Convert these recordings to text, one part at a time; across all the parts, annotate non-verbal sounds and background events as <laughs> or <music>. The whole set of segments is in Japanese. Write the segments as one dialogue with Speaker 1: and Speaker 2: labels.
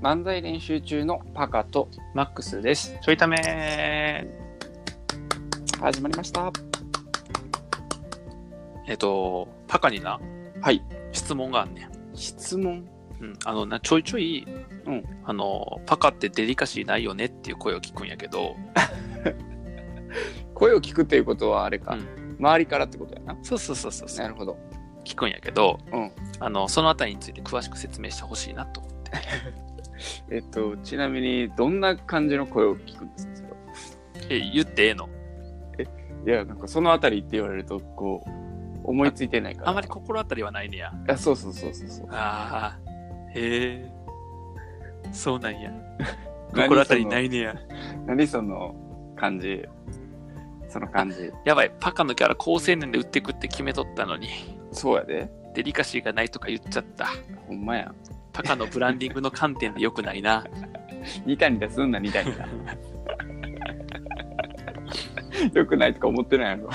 Speaker 1: 漫才練習中のパカと
Speaker 2: マックスです。ちょいため
Speaker 1: 始まりました。
Speaker 2: えっと、パカにな、
Speaker 1: はい。
Speaker 2: 質問があんねん。
Speaker 1: 質問
Speaker 2: うん。あの、なちょいちょい、
Speaker 1: うん
Speaker 2: あの、パカってデリカシーないよねっていう声を聞くんやけど、
Speaker 1: 声を聞くっていうことはあれか、
Speaker 2: う
Speaker 1: 周りからってことやな。
Speaker 2: そうそうそうそう、
Speaker 1: なるほど。
Speaker 2: 聞くんやけど、
Speaker 1: うん
Speaker 2: あの、そのあたりについて詳しく説明してほしいなと。
Speaker 1: えっと、ちなみにどんな感じの声を聞くんですかそれは
Speaker 2: え、言ってええの
Speaker 1: いや、なんかそのあたりって言われると、こう、思いついてないから。
Speaker 2: あまり心当たりはないねや。
Speaker 1: あ、そうそうそうそうそう。
Speaker 2: ああ、へえ。そうなんや。
Speaker 1: 何
Speaker 2: 心当たりないねや。
Speaker 1: 何その感じその感じ。
Speaker 2: やばい、パカのキャラ高青年で売ってくって決めとったのに、
Speaker 1: そうやで。
Speaker 2: デリカシーがないとか言っちゃった。
Speaker 1: ほんまや。
Speaker 2: パカのブランディングの観点で良くないな。 <laughs>
Speaker 1: ニタニタすんな、ニタニタ。よくないとか思ってないやろ。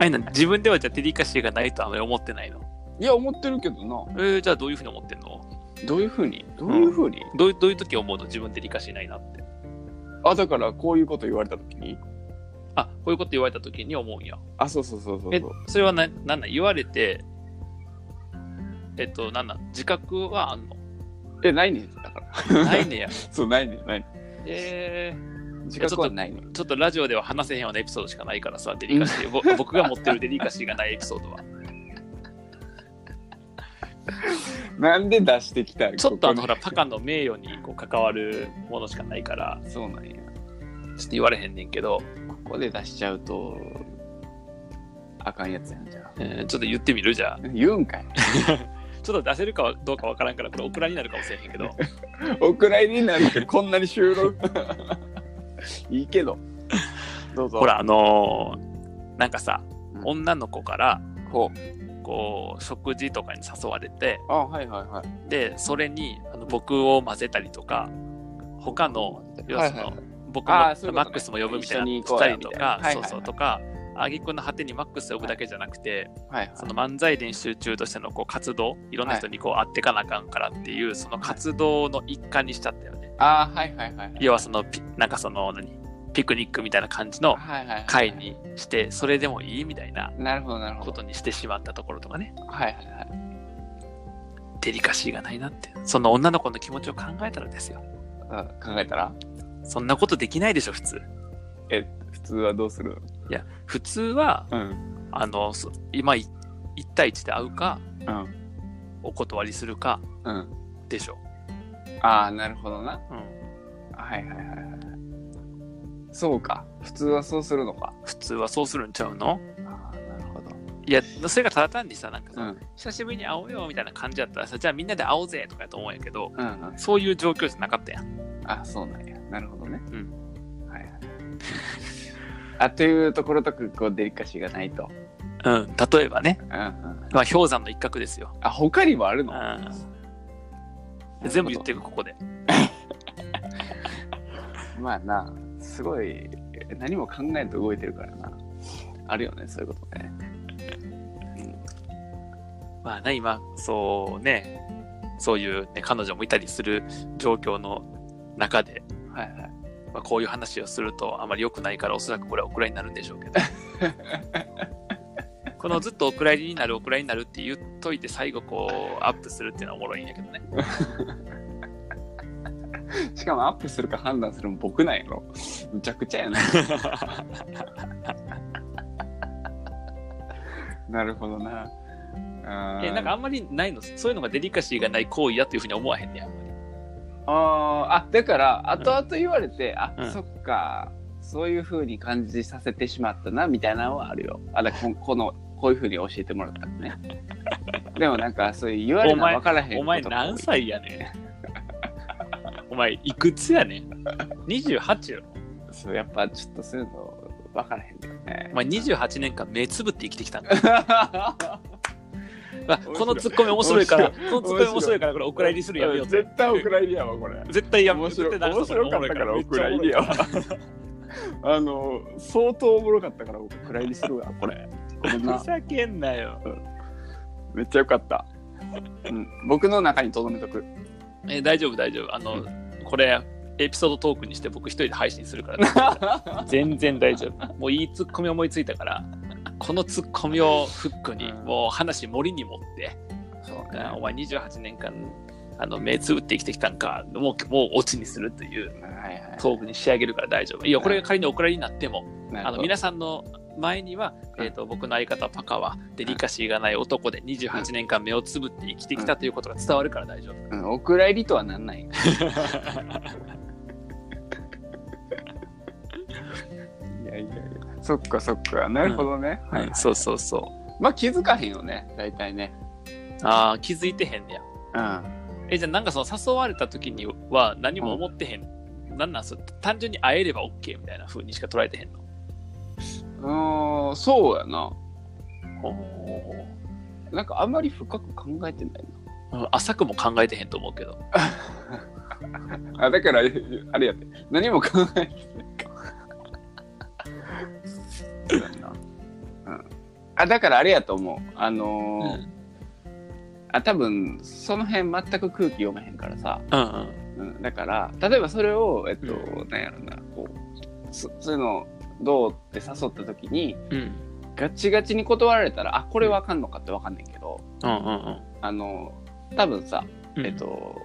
Speaker 2: あいな、自分ではじゃあデリカシーがないとあまり思ってないの。
Speaker 1: いや、思ってるけどな。
Speaker 2: えー、じゃあどういうふうに思ってんの
Speaker 1: どういうふうにどういうふうに、
Speaker 2: どういうどういう時思うの自分デリカシーないなって。
Speaker 1: あ、だからこういうこと言われたときに。
Speaker 2: あ、こういうこと言われた時に思うんや。
Speaker 1: あ、そうそうそうそう
Speaker 2: え
Speaker 1: そう。、
Speaker 2: それはな、なんなん言われて、えっと、なんなん自覚はあんの
Speaker 1: <laughs> え、ないねん。だから。
Speaker 2: ないねや。
Speaker 1: そう、ないねん。ないね
Speaker 2: え
Speaker 1: ん自覚はないねん。
Speaker 2: ー、ちょっとラジオでは話せへんようなエピソードしかないからさ、デリカシー。ぼ僕が持ってるデリカシーがないエピソードは。
Speaker 1: <laughs> なんで出してきた
Speaker 2: ちょっとあの、
Speaker 1: こ
Speaker 2: ほら、パカの名誉にこう関わるものしかないから、
Speaker 1: こにそうなんや。
Speaker 2: ちょっと言われへんねんけど、
Speaker 1: ここで出しちゃうと、あかんやつやんじゃあ。
Speaker 2: えーちょっと言ってみるじゃあ。
Speaker 1: 言うんかい。
Speaker 2: ちょっと出せるかはどうかわからんから、これオクラになるかもしれへん
Speaker 1: <laughs>
Speaker 2: けど。
Speaker 1: お蔵入りになるってこんなに収 <laughs> 録。いいけど。どうぞ。
Speaker 2: ほ。ら、あのーなんかさ、
Speaker 1: うん
Speaker 2: 女の子から、
Speaker 1: こ
Speaker 2: こう、食事とかに誘われて、
Speaker 1: う。あ、はいはいはい。
Speaker 2: で、それにあの僕を混ぜたりとか、他の、要はその、
Speaker 1: はいはいは
Speaker 2: 僕
Speaker 1: あ
Speaker 2: も
Speaker 1: ーそういうことね
Speaker 2: マックスも呼ぶみたい
Speaker 1: 一緒
Speaker 2: な
Speaker 1: に行
Speaker 2: し
Speaker 1: こう
Speaker 2: た
Speaker 1: や
Speaker 2: りとか、
Speaker 1: みたいなはいはい
Speaker 2: そうそうとか、あげくの果てにマックス呼ぶだけじゃなくて、
Speaker 1: はいはい
Speaker 2: その漫才練習中としてのこう活動、いろんな人にこう会ってかなあかんからっていう、その活動の一環にしちゃったよね。
Speaker 1: あ、はいはいはい。
Speaker 2: 要はそのピなんかその何ピクニックみたいな感じの
Speaker 1: はいはいはい。
Speaker 2: 会。にしてそれでもいいみたいな
Speaker 1: なるほどなるほ
Speaker 2: こ
Speaker 1: ど。
Speaker 2: とにしてしまったところとかね
Speaker 1: はいはいはい。
Speaker 2: デリカシーがないなってその女の子の気持ちを考えたらですよ
Speaker 1: あ考えたら
Speaker 2: そんなことできないでしょ普通
Speaker 1: 普通はどうする
Speaker 2: いや普通は
Speaker 1: うん。
Speaker 2: あのそ今い一対一で会うか
Speaker 1: うん。
Speaker 2: お断りするか
Speaker 1: うん。
Speaker 2: でしょ、
Speaker 1: ああ、なるほどな。
Speaker 2: うん、
Speaker 1: はいはいはいはい。そうか。普通はそうするのか。
Speaker 2: 普通はそうするんちゃうの
Speaker 1: ああ、なるほど。
Speaker 2: いやそれがただ単にさなんかさ、
Speaker 1: うん。
Speaker 2: 久しぶりに会おうよみたいな感じだったらさじゃあみんなで会おうぜとかやと思うんやけど
Speaker 1: うんうん。
Speaker 2: そういう状況じゃなかったやん
Speaker 1: あそうなんや。なるほどね。
Speaker 2: う
Speaker 1: はいはい。あ、というところとか、こう、デリカシーがないと。
Speaker 2: うん例えばね
Speaker 1: うんうん。
Speaker 2: まあ、氷山の一角ですよ。
Speaker 1: あ、他にもあるの
Speaker 2: うん、全部言っていく、ここで。
Speaker 1: まあな、すごい、何も考えて動いてるからな。あるよね、そういうことね。
Speaker 2: まあね、今、そうね、そういう、ね、彼女もいたりする状況の中で、
Speaker 1: はいはい。
Speaker 2: まあ、こういう話をするとあまり良くないから、おそらくこれはお蔵になるんでしょうけど。このずっとお蔵入りになる、お蔵になるって言っといて、最後こう、アップするっていうのはおもろいんやけどね。
Speaker 1: しかもアップするか判断するの僕なんやろ。むちゃくちゃ
Speaker 2: <laughs>
Speaker 1: やな。なるほどな。あー
Speaker 2: えなんかあんまりないの、そういうのがデリカシーがない行為だというふうに思わへんねや。
Speaker 1: あーあだから後々言われて、あ、
Speaker 2: うん
Speaker 1: そっかそういう風に感じさせてしまったなみたいなのはあるよあだから
Speaker 2: <laughs>
Speaker 1: ここのこういう風に教えてもらったのね <laughs> でもなんかそういう言われな分からへんこと
Speaker 2: お前
Speaker 1: が多い
Speaker 2: 何歳やねんお前いくつやねん ?28 よ。
Speaker 1: そうやっぱちょっとそういうの分からへんだよね
Speaker 2: お前28年間目つぶって生きてきたんだ。あこのツッコミ面白いから、このツッコミ面白いから、これ <laughs> お蔵入りするのやめようぜ。
Speaker 1: <laughs> 絶対お蔵入りやわこれ
Speaker 2: 絶対やめよう
Speaker 1: 面白い
Speaker 2: 絶対
Speaker 1: 面
Speaker 2: 直した方
Speaker 1: 白
Speaker 2: が
Speaker 1: か
Speaker 2: おも
Speaker 1: っ
Speaker 2: ろい
Speaker 1: たからお蔵
Speaker 2: めっ
Speaker 1: 入
Speaker 2: ち
Speaker 1: り
Speaker 2: ゃ
Speaker 1: やわ <laughs> あの相当おもろかったからお蔵入りするわ
Speaker 2: <laughs>
Speaker 1: これごめん
Speaker 2: おもろい
Speaker 1: な
Speaker 2: ふざけんなよ。
Speaker 1: めっちゃ良かった、うん、僕の中にとどめとく
Speaker 2: え大丈夫大丈夫あの、
Speaker 1: う
Speaker 2: これエピソードトークにして僕一人で配信するから
Speaker 1: <laughs>
Speaker 2: 全然大丈夫もういいツッコミ思いついたからこのツッコミをフックに、
Speaker 1: うん
Speaker 2: もう話森に持って、
Speaker 1: そう
Speaker 2: あお
Speaker 1: ね。
Speaker 2: 前28年間あの目つぶって生きてきたんかもうもうオチにするという
Speaker 1: はいはい。
Speaker 2: トークに仕上げるから大丈夫いやこれが仮にお蔵になってもあ
Speaker 1: なるほ
Speaker 2: の
Speaker 1: ど
Speaker 2: 皆さんの前には、
Speaker 1: うん
Speaker 2: えー、と僕の相方パカはデリカシーがない男で28年間目をつぶって生きてきたということが伝わるから大丈夫。
Speaker 1: うん、お蔵入りとはなん
Speaker 2: <laughs>
Speaker 1: ない。いやいやいや。そっかそっか。なるほどね。はい
Speaker 2: うんそうそうそう。
Speaker 1: まあ気づかへんよね、大体ね。
Speaker 2: ああ気づいてへんねや。
Speaker 1: うん。
Speaker 2: えじゃあなんかその誘われた時には何も思ってへん。なんなんそれ単純に会えれば OK みたいな風にしか捉えてへんの。
Speaker 1: うーん、そうやな。
Speaker 2: ほ
Speaker 1: なんかあんまり深く考えてない
Speaker 2: うん浅くも考えてへんと思うけど。
Speaker 1: な。あ、だから、あれやって。何も考えてない。そうやな。うん。あ、だからあれやと思う。あのー
Speaker 2: うん
Speaker 1: あ、多分、その辺全く空気読めへんからさ。
Speaker 2: うんうん
Speaker 1: うん、だから例えばそれをえっと、
Speaker 2: う
Speaker 1: なんやろなこうそそういうのどうって誘った時に
Speaker 2: うん
Speaker 1: ガチガチに断られたらあこれわかんのかってわかんないけど
Speaker 2: うんうん
Speaker 1: あの多分さ
Speaker 2: うん。
Speaker 1: えっと、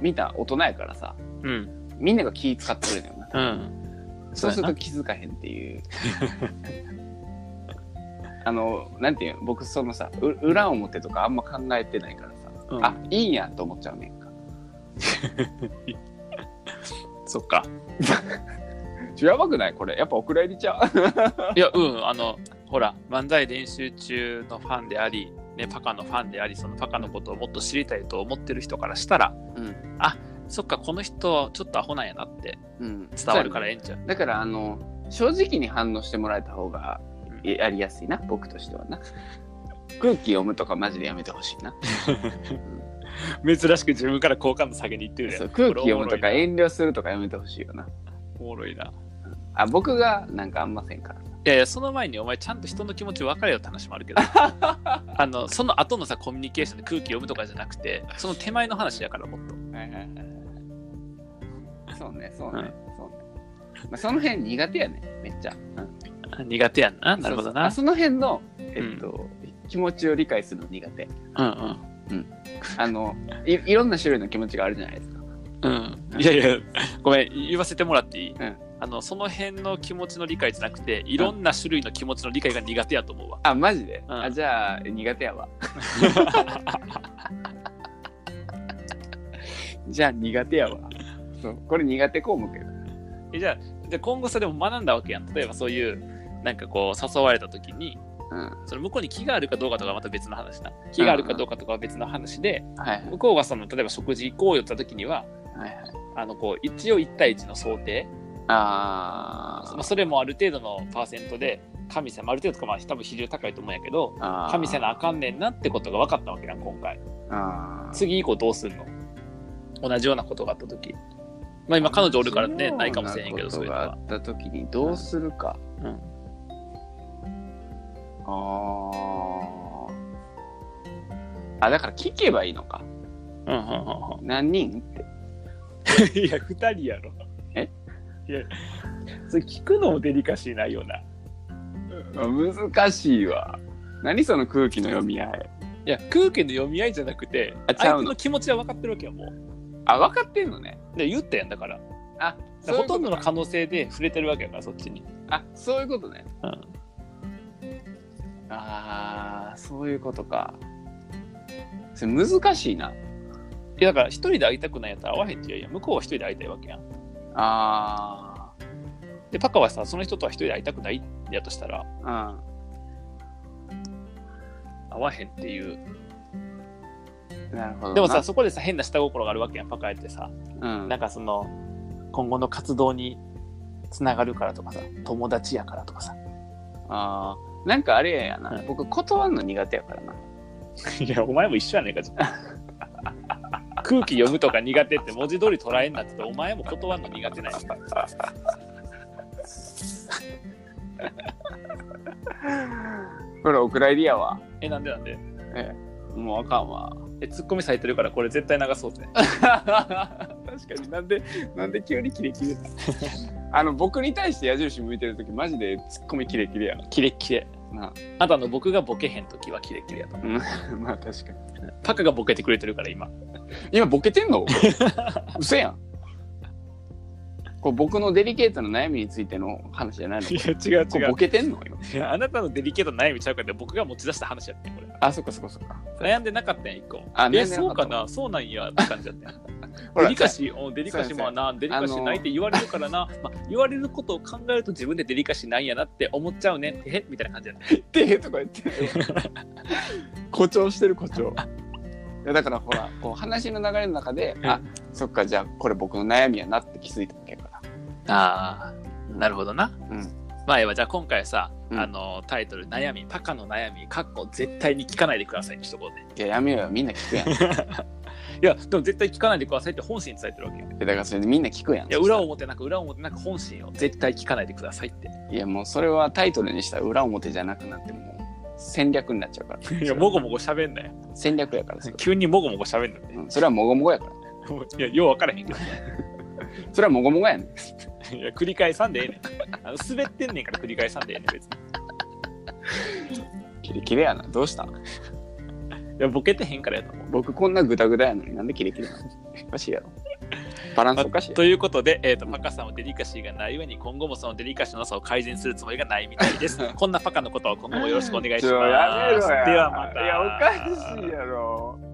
Speaker 1: みんな大人やからさ
Speaker 2: うん
Speaker 1: みんなが気使ってくれるのよな
Speaker 2: うん
Speaker 1: そうする
Speaker 2: そうや
Speaker 1: と気づかへんっていう <laughs> あのなんていうの僕そのさう裏表とかあんま考えてないからさ、
Speaker 2: うん。
Speaker 1: あいいんやと思っちゃうねんか
Speaker 2: そっか。
Speaker 1: ちょやばくないこれやっぱお蔵入りちゃう
Speaker 2: いや、うん、あの、ほら、漫才練習中のファンであり、ね、パカのファンであり、そのパカのことをもっと知りたいと思ってる人からしたら、
Speaker 1: うん
Speaker 2: そっか、この人、ちょっとアホなんやなって
Speaker 1: うん
Speaker 2: 伝わるからええんちゃう。
Speaker 1: だからあの正直に反応してもらえた方がいやりやすいな僕としてはな空気読むとかマジでやめてほしいな
Speaker 2: 珍しく自分から好感度下げにいってる
Speaker 1: そう空気読むとか
Speaker 2: ええ
Speaker 1: 遠慮するとかやめてほしいよな
Speaker 2: おもろいな。い
Speaker 1: あ僕がなんかあんませんから
Speaker 2: やいや、その前にお前、ちゃんと人の気持ち分かれよって話もあるけ <laughs> ど、あの、その後のさ、コミュニケーションで空気読むとかじゃなくて、その手前の話やから、もっと。
Speaker 1: そうねそうね、そうね、まあ、その辺苦手やねめっちゃ、
Speaker 2: あ苦手やんな。なるほどな。
Speaker 1: そうそうあその辺のえっと、気持ちを理解するの苦手
Speaker 2: うん
Speaker 1: あのいいろんな種類の気持ちがあるじゃないですか
Speaker 2: うん。うん。いやいや、ごめん、言わせてもらっていい
Speaker 1: うん
Speaker 2: あのその辺の気持ちの理解じゃなくていろんな種類の気持ちの理解が苦手やと思うわ。
Speaker 1: あマジで、
Speaker 2: うん
Speaker 1: あじゃあ苦手や
Speaker 2: <laughs>
Speaker 1: わじゃあ苦手やわそうこれ苦手項目や
Speaker 2: えじゃあじゃあ今後さでも学んだわけやん例えばそういうなんかこう誘われた時に
Speaker 1: うん
Speaker 2: その向こうに気があるかどうかとかはまた別の話な気があるかどうかとかは別の話で
Speaker 1: はい
Speaker 2: 向こうがその例えば食事行こうよって言った時には
Speaker 1: はいはい
Speaker 2: あのこう一応1対1の想定
Speaker 1: あ
Speaker 2: そ
Speaker 1: ー
Speaker 2: まあそれもある程度のパーセントで神様ある程度とかまあ多分比重高いと思うんやけど
Speaker 1: あー
Speaker 2: 神様なあかんねんなってことが分かったわけやん今回。
Speaker 1: あー
Speaker 2: 次以降どうすんの同じようなことがあった時まあ今彼女おるからねないかもしれへんけどそういうの
Speaker 1: があ
Speaker 2: は
Speaker 1: った時にどうするか、
Speaker 2: うん
Speaker 1: あーあだから聞けばいいのか
Speaker 2: うんうんうん
Speaker 1: 何人って
Speaker 2: うん <laughs> いや2人やろ
Speaker 1: え
Speaker 2: いやそれ聞くのもデリカシーないよな
Speaker 1: 難しいわ何その空気の読み合い
Speaker 2: いや空気の読み合いじゃなくて
Speaker 1: あちゃ
Speaker 2: 相
Speaker 1: う
Speaker 2: 手
Speaker 1: の
Speaker 2: の気持ちは分かってるわけやも
Speaker 1: あ分かってんのね
Speaker 2: うで言ったやんだから
Speaker 1: あ
Speaker 2: だからほとんどの
Speaker 1: か
Speaker 2: 可能性で触れてるわけやからそっちに
Speaker 1: あそういうことね、
Speaker 2: うん
Speaker 1: あーそういうことかそれ難しいない
Speaker 2: やだから一人で会いたくないやったら会わへんっていうやん向こうは一人で会いたいわけやん
Speaker 1: あ
Speaker 2: でパカはさその人とは一人で会いたくないやとしたら
Speaker 1: ー
Speaker 2: 会わへんっていう
Speaker 1: うんなるほどな
Speaker 2: でもさそこでさ変な下心があるわけやんパカやってさ
Speaker 1: うん
Speaker 2: なんかその今後の活動につながるからとかさ友達やからと <laughs> かさ
Speaker 1: あーなんかあれやな、
Speaker 2: はい
Speaker 1: 僕断るの苦手やからない
Speaker 2: やお前も一緒やねんかちょっ <laughs> と空気読むとか苦手って文字通り捉えんなって言ってお前も断るの苦手なんや
Speaker 1: これお蔵入りやわ
Speaker 2: えなんでなんで
Speaker 1: もうあかんわ
Speaker 2: えツッコミされてるからこれ絶対流そうぜ
Speaker 1: 確かになんでなんで急にキレキレなあの僕に対して矢印向いてる時マジでツッコミキレキレや
Speaker 2: キレッキレ
Speaker 1: な
Speaker 2: あとあの僕がボケへん時はキレッキレやと思う
Speaker 1: あ <laughs> まあ確かに
Speaker 2: パカがボケてくれてるから <laughs> 今
Speaker 1: 今ボケて <laughs> んの嘘やんこれ僕のデリケートな悩みについての話じゃないの
Speaker 2: い
Speaker 1: こ
Speaker 2: や違う
Speaker 1: れボケてんの今
Speaker 2: い <laughs> やあなたのデリケートな悩みちゃうからで僕が持ち出した話やってんこれ
Speaker 1: あそっかそっかそっか
Speaker 2: 悩んでなかったやん一個
Speaker 1: あ
Speaker 2: え
Speaker 1: 悩んでなかった
Speaker 2: そうかなそうなんやって感じだったやん
Speaker 1: ほら
Speaker 2: デリカシーおデリカシーもなデリカシ
Speaker 1: あ
Speaker 2: ー
Speaker 1: の
Speaker 2: ないって言われるから <laughs> な、まあ、言われることを考えると自分でデリカシーないんやなって思っちゃうね <laughs> ってへみたいな感じだった
Speaker 1: ってへとか言って誇張してる誇張いやだからほらこう話の流れの中で、
Speaker 2: ん
Speaker 1: あそっかじゃあこれ僕の悩みやなって気づいたわけやか
Speaker 2: <laughs> ああなるほどな
Speaker 1: ら、うん、
Speaker 2: まあええわじゃあ今回はさ、
Speaker 1: うん
Speaker 2: あのタイトル「悩みパカの悩み」かっこ絶対に聞かないでくださいにしとこうね
Speaker 1: いややめようよみんな
Speaker 2: <laughs>
Speaker 1: 聞くやんい
Speaker 2: いやでも絶対聞かないでくださいって本心に伝えてるわけよ
Speaker 1: やだからそれでみんな聞くやん
Speaker 2: いや裏表なく裏表なく本心を絶対聞かないでくださいって
Speaker 1: いやもうそれはタイトルにしたら裏表じゃなくなってもう戦略になっちゃうから
Speaker 2: いやもごもご喋んなよ
Speaker 1: 戦略やからそれ,、
Speaker 2: 急にもごもご喋んなって
Speaker 1: うん、それはもごもごやから
Speaker 2: <laughs> いやよう分からへんけど
Speaker 1: それはもごもごやねん
Speaker 2: いや繰り返さんでええねんあの滑ってんねんから繰り返さんでええねん別に
Speaker 1: キレキレやなどうしたん
Speaker 2: いやボケてへんからやと思う
Speaker 1: 僕こんなグダグダやのになんでキレキレなのおかしいやろバランスおかしいやろ
Speaker 2: ということで、えー、とパカさんはデリカシーがない上に今後もそのデリカシーのなさを改善するつもりがないみたいです
Speaker 1: <laughs>
Speaker 2: こんなパカのことを今後もよろしくお願いします
Speaker 1: ちょやめろや
Speaker 2: ではまた
Speaker 1: いやおかしいやろ